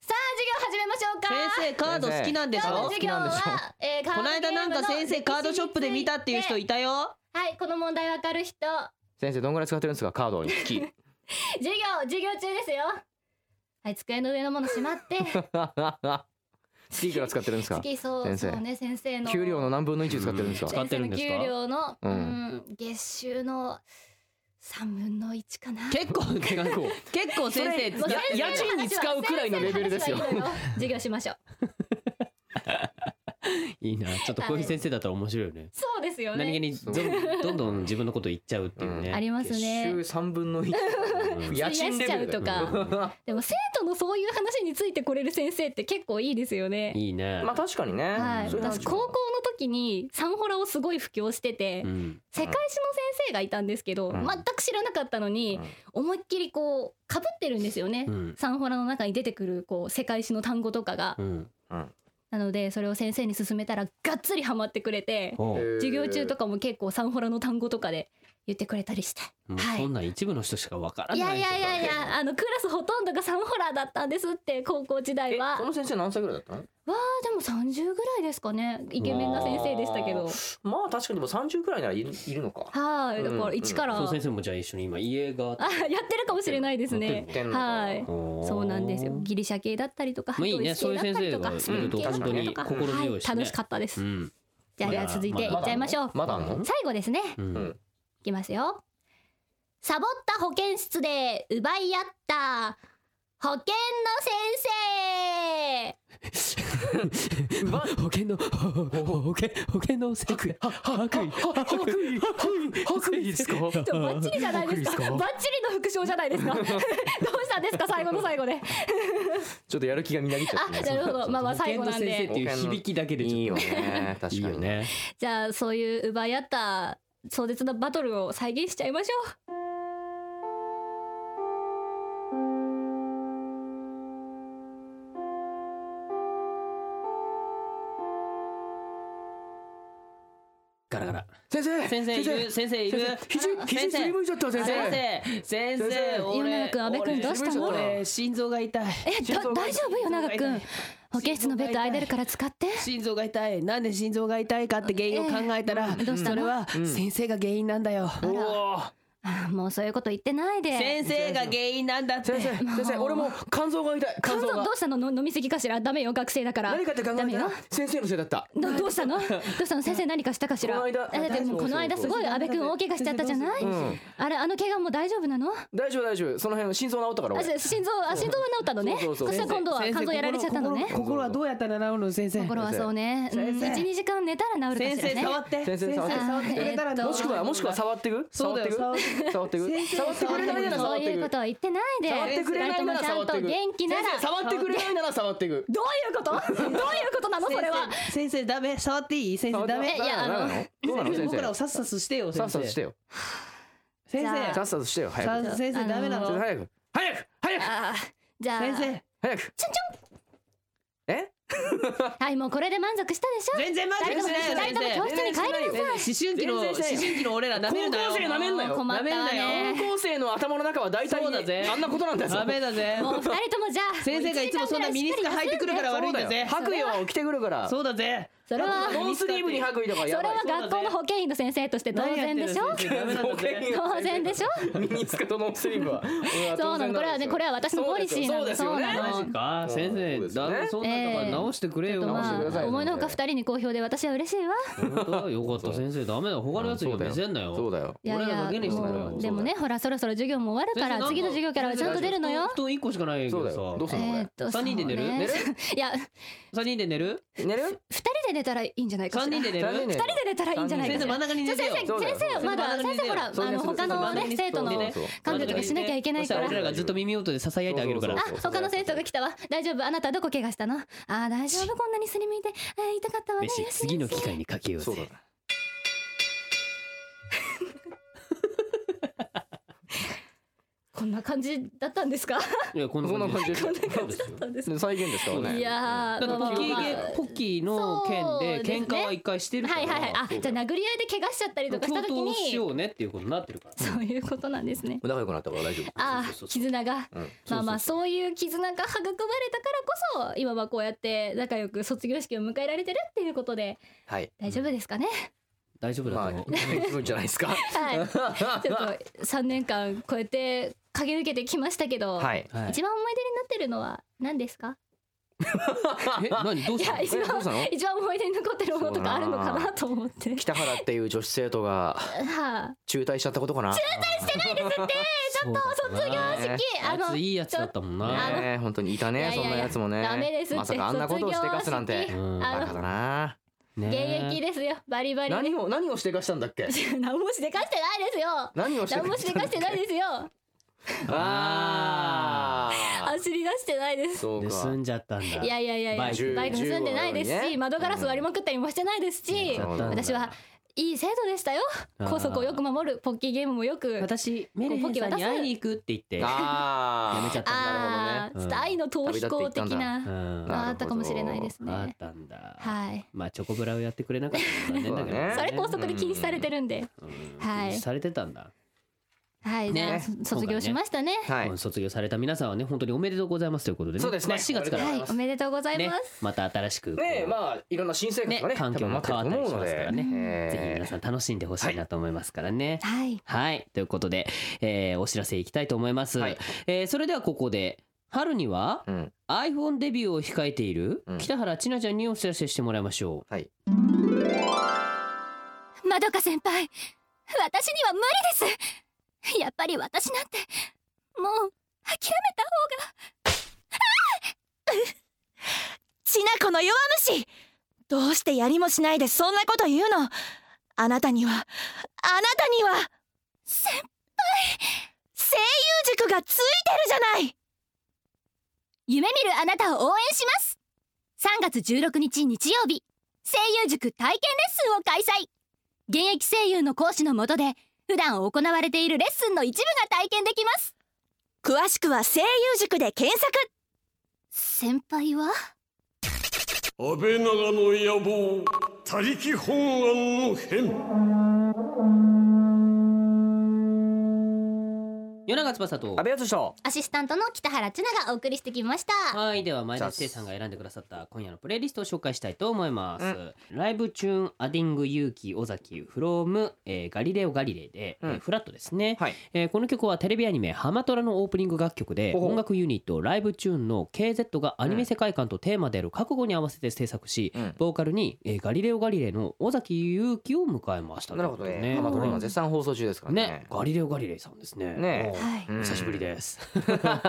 S5: 業始めましょうか
S1: 先生カード好きなんでし
S5: 今日の
S1: ょ
S5: 授業は
S2: 好きなんでし、
S5: えー、カ
S1: こ
S5: ード
S1: の間なんか
S5: ゲームの
S1: 先生カードショップで見たっていう人
S5: 歴史につ
S1: いたよ
S5: てはいこの問題わかる人
S2: 先生どんぐらい使ってるんですかカードに好き
S5: (laughs) 授業授業中ですよはい机の上のものし
S1: (laughs)
S5: まって
S2: いくら使ってるんですか
S5: 好きそう
S2: 先生
S5: そうね先生の
S2: 給料の何分の1使ってるんです
S1: 使
S2: か
S1: ってるんですか
S5: 先生の給料の、
S2: う
S5: う
S2: んん
S5: 月収の三分の一かな
S1: 結構結
S2: 結構
S1: 構先生
S5: もう
S1: や
S5: 先生
S2: 家賃
S5: の話は
S2: に使うくらいのレベルですよ
S5: 先生の話はいいのよ授業しましょ
S1: (laughs)
S5: う
S1: いいなちょっとこういう先生だったら面白いよね
S5: そうですよね
S1: 何気にどんどんどん自分のこと言っちゃうっていうね、
S2: うん
S5: ありますね
S2: 週3分の1
S5: (laughs)
S1: うん
S2: 家賃レベルだよ
S5: 費やしちゃうでも生徒のそういう話についてこれる先生って結構いいですよね。
S1: いいね、
S2: (laughs) まあ確かにね、
S5: はい、
S2: そういう話
S5: 私
S2: も
S5: 高校の時にサンホラをすごい布教してて、
S1: うん、
S5: 世界史の先生がいたんですけど、
S2: ん
S5: 全く知らなかったのに、思いっきりこうかぶってるんですよね、
S1: うん
S5: サンホラの中に出てくるこう世界史の単語とかが、
S1: うん、
S5: なのでそれを先生に勧めたらがっつりハマってくれて
S1: おう
S5: 授業中と
S2: か
S5: かも結構サンホラの単語とかで言ってくれたりして、
S1: もう
S5: はい
S1: そんなん一部の人しかわからない
S5: いやいやい
S1: や
S5: やいやあのクラスほとんどがサンホラだったんですって高校時代
S2: え
S5: は
S2: その先生何歳ぐらいだったの
S5: わあでも30ぐらいですかねイケメンな先生でしたけど
S2: うまあ確かにもう30くらいならいるいるのか
S5: はいだから
S2: うん
S5: 一から、
S1: その先生もじゃあ一緒に今家があって
S5: あやってるかもしれないです
S1: やっ
S5: ね
S2: てんのか
S5: はい
S1: おー
S5: そうなんですよギリシャ系だったりとか
S1: まあいいね
S5: ハトイス系だったりとか
S1: そういう先生がいると
S5: スペイン系だったりとか
S1: 本当に心強いしね
S5: は楽しかったです、
S1: うん
S5: じゃあでは続いていっちゃいましょう、
S2: まだあんの
S5: 最後ですね
S1: う
S2: うんん
S5: いきますよサボった保健室で奪い合った保健の先生
S1: (laughs) 保険の保険保険の先生白衣
S2: 白衣白衣白衣ですか
S5: ちょバッチリじゃない
S1: (laughs)
S2: びっ
S5: ですか
S2: くりですか
S5: バッチリの復唱じゃないですかどうしたんですか最後の最後で
S2: ちょっとやる気がみなぎっちゃっ
S5: あ
S2: て、
S5: なるほどまあまあ
S1: 保
S5: 最
S1: 険
S5: 後
S1: の
S5: なん
S1: 先生っ
S5: で
S1: ていう響きだけでちょっと
S2: いいよね確か
S1: いい
S2: に
S1: よね
S5: じゃあそういう奪い合った壮絶なバトルを再現しちゃいましょう
S1: ガラガラ
S2: 先生
S1: 先生いる先生いる
S2: 先生肘
S1: 先
S2: 肘
S1: 生
S2: すりむいちゃった先生
S1: 先生先
S2: 先
S1: 生
S2: 生
S1: 俺
S5: 米長君阿部君
S1: 俺
S5: どうした
S2: の
S1: 俺心臓が痛い
S5: えだ大丈夫よ長くん保健室のベッド空いてるから使って
S1: 心臓が痛いなんで心臓が痛いかって原因を考えたら、
S5: ええどうした
S1: そ
S5: の
S1: れは
S2: ん
S1: 先生が原因なんだよ、
S5: あら
S2: おー
S5: あもうそういうこと言ってないで
S1: 先生が原因なんだって
S2: 先生先生俺もう肝臓が痛い肝
S5: 肝
S2: 臓
S5: 臓
S2: が
S5: どうしたのの飲みすぎかしらダメよ学生だから
S2: 何かって考えた
S5: ダメ
S2: ら
S5: よ
S2: 先生のせいだった
S5: どどうしたのどうしたの先生何かしたかしら
S2: この間
S5: えだってもうこの間すごい阿部君大怪我しちゃったじゃない、
S2: うん
S5: あれあの怪我もう大丈夫なの
S2: 大丈夫大丈夫その辺心臓治ったから
S5: あ
S2: 俺
S5: そう心臓あ心臓は治ったのね
S2: そうそうそう
S5: したら今度は
S1: 先生
S5: 肝臓やられちゃったのね
S1: 心心はどうやったら治るの先生
S5: 心はそうねうん
S1: 先生
S5: 12時間寝たら治るか
S1: 先
S5: しら
S1: 生
S5: ね
S1: 触って
S2: 先生触って
S1: 先くれたら治る
S5: あ
S2: もしくはもしくは触ってく
S1: そうだよ
S2: 触ってく触ってく
S1: 先生
S2: 触ってくれないなら
S5: そ
S2: 触
S5: う
S2: っ
S5: いうこ
S2: てく
S5: とは言ってないで
S2: 触ってくれないなら
S5: 二人と
S2: 触
S5: も
S2: っ
S5: ちゃ
S2: て
S5: んと
S2: く
S5: 元気なら
S2: 先生触ってくれないなら触ってく
S5: どういうことどういうことなのそれは
S1: 先生先生ダメ触っていい先生ダメ
S5: いやあの
S2: どうなの
S5: (laughs)
S2: 先
S1: 僕らをさ
S2: 生
S1: っさとしてよ先
S2: さっさと
S1: 生
S2: してよ
S1: 先
S5: じゃ
S1: 生
S5: あ
S2: さっさとしてよ早く
S1: さ先生ダメな
S5: あ
S1: の
S5: の
S1: 先
S2: 早く早く早く
S5: あーじゃあ
S1: 生
S2: 早くえ
S5: はいもうこれで満足したでしょ
S1: 全然満足しないよ
S5: 二人とも
S1: 先
S5: 教室に帰りなさい
S1: 生思春期の
S2: 全
S1: 思
S2: 然してない
S1: 春期の俺ら舐めるなよ
S2: 高校生舐めんなよ
S5: 困ったわ
S1: 舐め
S5: ね
S2: 高校生の頭の中は大体
S1: そうだぜ
S2: あんなことなんだよ
S1: ダメだぜ
S5: もう二人ともじゃあ
S1: 先生がいつもそんなミニスカ履いてくるから悪いんだぜ
S2: 白衣は着てくるから
S1: そうだぜ
S5: それは
S2: ノンスリーブに白衣とか
S5: そ
S2: や
S5: れ
S2: ばい
S5: は学校の保健委員の先生として当然でしょ
S1: 何やってんの先生ダメなんだぜ
S2: 保健
S5: 当然でし
S1: (laughs)
S5: ょ
S2: ミニスカとノンスリーブは俺は
S5: そうなのこれはねこれは私のポリシーな
S2: そう
S5: の
S2: ですよ
S5: そ
S2: そ
S5: う
S2: うですよね
S5: な
S1: マ
S5: の
S1: ジか先生だ
S2: ええ
S1: そうなんだから直してくれよ、
S2: 直して
S5: ま
S2: ください
S5: あ
S2: よ
S5: 思いのほか二人に好評で私は嬉しいわ
S1: 本当だよかった先生ダメだ他のやつには見せんなよ
S2: そうだよ
S5: いやい
S1: 俺ら
S5: や
S1: だけにしてもらえよ
S5: もうでもねほらそろそろ授業も終わるから次の授業からはちゃんと出るのよ
S1: 布団一個しかないけ
S2: そう
S1: ど
S2: だよどう
S1: さ
S2: すんの
S5: え
S2: 俺
S5: ーっと
S1: 三人で寝る
S5: そう
S1: 寝
S5: ね
S1: る
S5: (laughs) いや
S1: 三人で寝る
S2: 寝る
S5: 二人で寝たらいいんじゃないかし
S1: 三
S5: ら
S1: 人で寝る
S2: 三人で
S5: 二人で寝たらいいんじゃない
S1: 先生
S5: かし
S1: 真ん
S5: ら
S1: 中に
S5: じゃ
S1: 寝
S5: あ
S1: て
S5: 先
S1: よ
S5: 生先生まだ先生ほらあの他のね生徒の
S2: そう
S5: 監督がしなきゃいけないか
S1: そう
S5: ら
S1: 俺らがずっと耳元で支え合いてあげるから
S5: あ
S2: そうそうそう
S5: 他の生徒が来たわ大丈夫あなたどこ怪我したのあー大丈夫こんなにすりむいてあー痛かったわね
S1: 飯
S5: よし
S1: 次の機会にかけよう
S2: そうだ
S1: ぜ
S5: こんな感じだったんですか
S1: いやこん
S2: そんな
S1: な
S2: 感
S1: 感
S2: じ
S1: じ
S2: で
S1: です
S2: しょ
S5: たんです
S2: 再現ですからね
S5: い
S1: だ
S5: や
S1: っ
S5: ー
S1: て
S5: ま
S1: ポ
S5: あまあまあ
S1: ッキーゲポッキーの件で喧嘩は一回してるから
S5: はいはいはいあじゃあ殴り合いで怪我しちゃったりとかした
S1: 共
S5: 時
S1: 闘し
S5: に
S1: ようねっていうことになってるから
S5: そういうことなんですね
S2: 仲良くなったから大丈夫
S1: そ
S5: あ
S1: うそうそう
S5: ー絆が
S2: うん
S5: まあまあそういう絆が育まれたからこそ今はこうやって仲良く卒業式を迎えられてるっていうことで
S2: はい
S5: 大丈夫ですかね、
S1: 大丈夫
S2: ま
S1: だ
S2: あ
S1: と思う
S2: い
S5: (laughs)
S2: いんじゃないですか
S5: はいちょっと3年間こうやって駆け抜けてきましたけど、
S2: はい
S1: はい
S5: 一番思い出になってるのは何ですか (laughs)
S1: え何どう
S5: い
S1: した
S5: や
S1: の
S5: 一
S2: えど
S5: 番
S2: うしたの
S5: 一番思い出に残ってるものとかあるのかなと思って
S2: 北原っていう女子生徒が
S5: (laughs) はあ
S2: 中退しちゃったことかな中退してないですって
S1: ちょっと卒業
S5: 正直あ
S1: あ
S5: の
S1: いついいやつだったもんな
S5: あ
S2: ねえ本当にいたね
S5: いやいやいや
S2: そんなやつもね
S5: ダメですって
S2: まさかあんなことをしてかすなんて
S5: 卒
S1: 業式うん
S2: バカだな
S1: ね
S5: 現役ですよバリバリで
S2: 何を何をしてかしたんだっ
S5: (laughs)
S2: け
S5: 何もしでかしてないですよ
S2: 何をして
S5: 何もしでかしてないですよ
S2: ああ
S5: 走り出してないです
S2: そうか
S1: 盗んじゃったんだ
S5: いやいやいやいや
S1: バイク
S5: バイク盗んでないです
S2: 15
S5: し、
S2: ね
S5: 窓ガラス割りまくったりもしてないですし、
S2: うん
S5: 私はいい生徒でしたよ
S1: あー
S5: 校則をよく守るポッキーゲームもよく
S1: 私メルヘンさんに会いに行くって言って
S2: あー
S1: やめちゃった
S5: あ
S2: なる
S5: ー
S1: ほどね
S5: ちょっと愛の逃避行的
S1: う
S5: な、
S1: ん
S2: なるほど
S5: あったかもしれないです
S1: あっ
S5: ね
S1: たんだ
S5: はい
S1: まあチョコブラをやってくれなかったのは残念
S2: (laughs)
S1: だけどね
S5: それ校則で禁止されてるんで、
S1: うん
S5: はい
S1: 禁止されてたんだ
S5: はい、じゃあ
S2: ね
S5: 卒業しましたね
S2: はい
S1: うん卒業された皆さんはね本当におめでとうございますということでね
S2: そうですね
S1: まあ4月から
S5: は
S2: ね
S5: いおめでとうござい
S1: ね
S5: ます、
S1: また新しくこう
S2: ねえまあいろんな新生活がね
S1: ね環境も変わったりしますからね
S2: 多分待ってると思うのでえー
S1: ぜひ皆さん楽しんでほしいなと思いますからね
S5: はい
S1: はいということでえーお知らせいきたいと思います
S2: はい
S1: えーそれではここで春には
S2: うん
S1: iPhone デビューを控えている
S2: うん
S1: 北原千奈ちゃんにお知らせしてもらいましょう
S2: はい
S5: まどか先輩私には無理ですやっぱり私なんてもう諦めた方が
S6: ちなこの弱虫どうしてやりもしないでそんなこと言うのあなたには、あなたには先輩声優塾がついてるじゃない
S5: 夢見るあなたを応援します3月16日日曜日声優塾体験レッスンを開催現役声優の講師のもとで普段行われているレッスンの一部が体験できます
S6: 詳しくは声優塾で検索
S5: 先輩は
S4: 安倍長の野望他力本願の変
S1: 世永翼と
S2: 阿部淳と
S5: アシスタントの北原千奈がお送りしてきました
S2: (laughs)
S1: はいでは前田聖さんが選んでくださった今夜のプレイリストを紹介したいと思います、ライブチューンアディング勇気尾崎フローム、えーガリレオガリレイで、えー
S2: うん
S1: フラットですね、
S2: はい
S1: えーこの曲はテレビアニメ「ハマトラ」のオープニング楽曲で
S2: ほほ
S1: 音楽ユニットライブチューンの KZ がアニメ世界観とテーマである覚悟に合わせて制作し、
S2: うん
S1: ボーカルに、えーガリレオガリレイの尾崎勇気を迎えました
S2: なるほどね
S1: という
S2: 浜
S1: こと
S2: ト
S1: で
S2: レ今絶賛放送中ですからね
S1: ねガリレオガリレイさんですね
S2: ね
S1: おー
S5: はい
S2: うん
S1: 久しぶりです、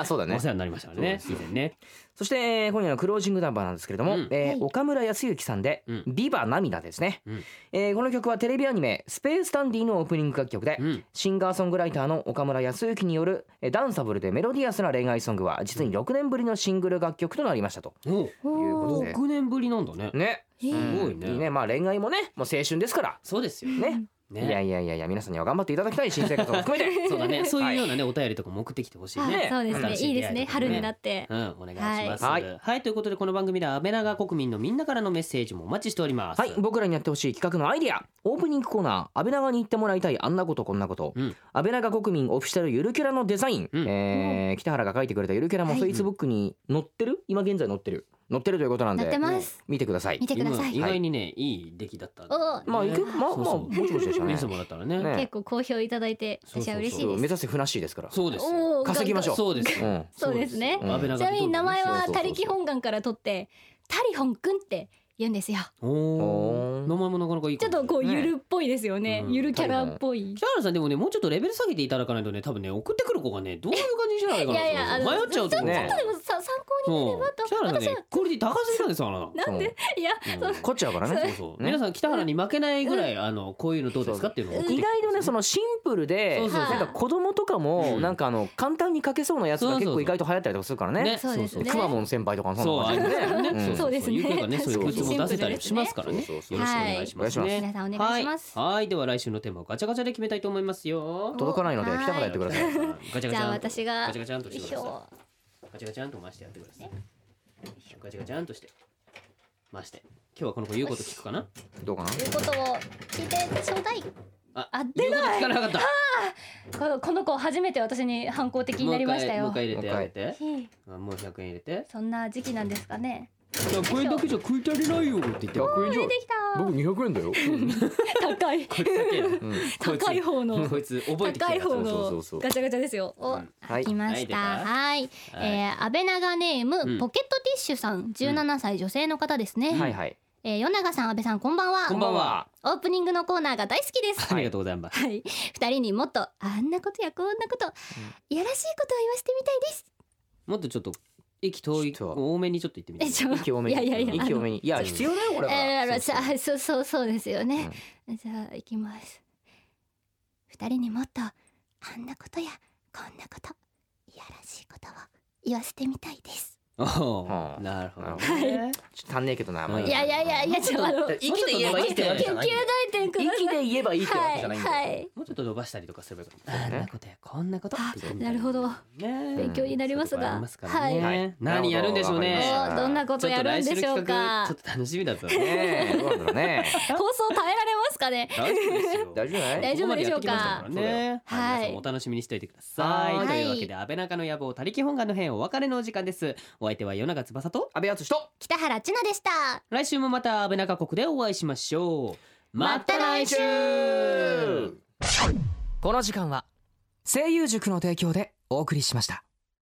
S2: そうだ (laughs)
S1: (laughs)
S2: ね
S1: お世話になりましたからね以前ね
S2: そしてえー今夜のクロージングナンバーなんですけれども、
S1: うん
S2: えー岡村康之さんで
S1: うん
S2: 「ビバ涙」ですね、
S1: うん
S2: えーこの曲はテレビアニメ「スペースダンディ」のオープニング楽曲で、
S1: うん
S2: シンガーソングライターの岡村康之によるえーダンサブルでメロディアスな恋愛ソングは実に6年ぶりのシングル楽曲となりましたと。
S1: おう
S2: いうことで
S1: 6年ぶりなんだね
S2: ね、
S5: えー
S1: すごいね
S2: うんいいねまあ恋愛もねもう青春ですから
S1: そうですよ
S2: ね
S1: ね
S2: いやいやいやいや皆さんには頑張っていただきたい新生活も含め
S1: (laughs)
S2: て
S1: そうだねそう
S2: は
S1: いう
S2: い
S1: ようなねお便りとかも送ってきてほしい
S5: あ
S1: ね
S5: そうですね
S1: 新し
S5: いいで
S1: 出会
S5: すね
S1: とか
S5: 春になって
S1: うん、お願いします。は、
S2: はいい
S1: ということで、この番組では、安倍長国民のみんなからのメッセージもお待ちしております。
S2: はい、僕らにやってほしい企画のアイディアオープニングコーナー安倍長に言ってもらいたいあんなことこんなこと、
S1: うん
S2: 安倍長国民オフィシャルゆるキャラのデザイン、
S1: うん
S2: えー北原が書いてくれたゆるキャラも
S5: はい
S2: フェイスブックに載ってる今現在載ってる載ってるということなんで
S5: 載ってます
S2: 見てください
S5: 見てください
S1: 今意外にね、い、い出来だった。
S5: お
S2: まあいけまあ
S1: そう
S2: ま
S1: そ
S2: あ
S1: う
S2: ぼちぼちでしたね
S1: いつもだったらね。
S2: ね
S5: 結構好評いただいて
S1: そうそうそ
S5: 私
S1: う
S5: は嬉し
S2: そ
S5: いう
S2: 目
S5: です
S2: 指せふなっしーですから
S1: そうですよ。
S5: おー
S2: 稼ぎましょう
S1: そうですよ。
S2: ん
S5: そうですね
S1: 安倍長
S5: ちなみに名
S2: そ
S5: 前
S2: うそう
S5: は
S2: そうそう
S5: 他力本願から取ってタリホンくんって言うんですよ
S1: おお
S2: お
S1: ー。
S2: ー
S1: 名前もなかなかいい
S5: ち
S1: か
S5: ょっ
S1: もしれない。
S5: とこうゆるっぽいですよね
S1: うん
S5: ゆるキャラっぽい
S1: 北原さんでもねもうちょっとレベル下げていただかないとね多分ね送ってくる子がねどういう感じにしないかなと
S5: いやいやあの
S1: 迷っちゃうと思う
S2: ちょっと
S5: でもさ参考になればと
S1: 北原さん
S5: 私は
S1: ねクオリティ高すぎなんですよあなた
S5: (laughs) なんでいや
S1: うん
S5: その
S2: こっちゃうから
S1: そう
S2: ね
S1: そう
S2: ね
S1: 皆さん北原に負けないぐらいあのこういうのどうですかっていうのを送ってき
S2: 意
S1: て
S2: 外とねそのシンプルで
S1: そうそうそう
S2: なんか子供とか
S1: う
S2: も
S1: ん
S2: なんかあの簡単に書けそうなやつが結構意外と流行ったりとかするからね
S5: そうですね
S2: くまモン先輩とかも
S1: そう
S2: そんな
S1: あ
S2: 感じで
S1: のね
S2: うん
S1: そう
S5: そうですね
S1: いうかねそういうグッズも出せたりしますからね
S2: そう
S1: よろしくお願いします
S2: はい
S1: ね
S5: 皆さんお願いします
S1: はいはいでは来週のテーマをガチャガチャで決めたいと思いますよ
S2: 届かないので
S5: はい
S2: 北からやってください。
S1: ガチャガチャ
S5: じゃあ私が
S1: ガチャガチャンとしてくださ
S5: よ
S1: いガチャガチャンと回してやってくださいガチャガチャンとして回して今日はこの子言うこと聞くかな
S2: どうかな。
S5: いしょいうことを聞いてちょうだい
S1: あ
S5: あ
S1: 言
S5: 出
S1: うこと
S5: な
S1: 聞
S5: い
S1: かなか
S5: (laughs)
S1: った
S5: このこの子初めて私に反抗的になりました
S1: もう
S5: よ
S1: 一回もう一回入れてあげて
S5: ひい
S1: あもう100円入れて
S5: そんな時期なんですかね
S1: 100円だけじゃ食い足りないよって言って
S2: 百円以上
S5: できた
S2: 僕二百円だよ。
S5: 高い (laughs)
S2: (laughs)
S5: 高い方の
S1: こいつ覚えてき
S5: 高
S1: て
S5: い
S1: るか
S5: 方
S1: ら
S2: そうそう
S5: の
S2: そう
S5: ガチャガチャですよ。お
S1: ん、
S2: はい
S5: 開きました。はい、えー、安倍長ネー
S1: う
S5: ム
S1: ん
S5: ポケットティッシュさん、17歳女性の方ですね。
S2: はいはい。
S5: えー、与永さん、安倍さん、こんばんは。
S1: こんばんは。
S5: オープニングのコーナーが大好きです。
S1: ありがとうございます
S5: はい、 (laughs) 二人にもっとあんなことやこんなこと、いやらしいことを言わせてみたいです。
S1: もっとちょっと駅遠い
S2: ちょっと
S1: 多めにちょっと行ってみて
S5: え、ちょ
S2: 息多め
S5: いやいやい
S2: に。
S5: や、
S2: 息多めに。いや
S1: うん
S2: 必要だよこれ
S5: えー
S2: は。
S5: さあそうそうそうですよね、じゃあ行きます二人にもっとあんなことやこんなこといやらしいことを言わせてみたいです
S1: おー
S2: はあ
S1: なるほどね
S2: ちょっと足んねえけどな。まあ
S1: うん
S5: いやいやいやいやちょっとあの
S2: 息で言えばいいってわけじゃないんだよ。
S5: 大点ください
S2: 息で言えばいいってわけじゃ
S5: は
S2: ない
S5: い
S2: んだ
S5: は
S2: よ。
S5: い
S1: もうちょっと伸ばしたりとかすればよかったあんなことやこんなこと
S5: あ
S1: って言ってみた
S5: ないるほど
S1: ね
S5: 勉強になります
S1: そういうとこあ
S5: が、
S1: りますから
S5: は
S1: ね
S5: い、
S2: はい
S1: 何やるんでしょう
S5: お
S2: なるほ
S1: ね
S5: ーどんなこと
S1: ちょっ
S5: や
S1: と
S5: るん
S1: 来週
S5: で
S1: の
S5: しょう
S1: 企画
S5: か
S1: ちょっと楽しみだぞ
S2: ねえどうなんだろう (laughs) ね。
S5: 放送耐えられますかね
S1: 大丈夫です
S2: (laughs)
S1: よ
S2: 大丈夫じゃない
S5: 大丈夫でしょうか
S1: ここまでやってきましたからね
S5: はい
S1: 皆さんもお楽しみにしておいてください、
S2: はい
S1: というわけで安倍中の野望たりき本願の編お別れのお時間ですお相手は夜中翼と
S2: 安倍敦と。
S5: 北原千奈でした
S1: 来週もまた安倍中国でお会いしましょう
S5: また来週
S2: この時間は声優塾の提供でお送りしました。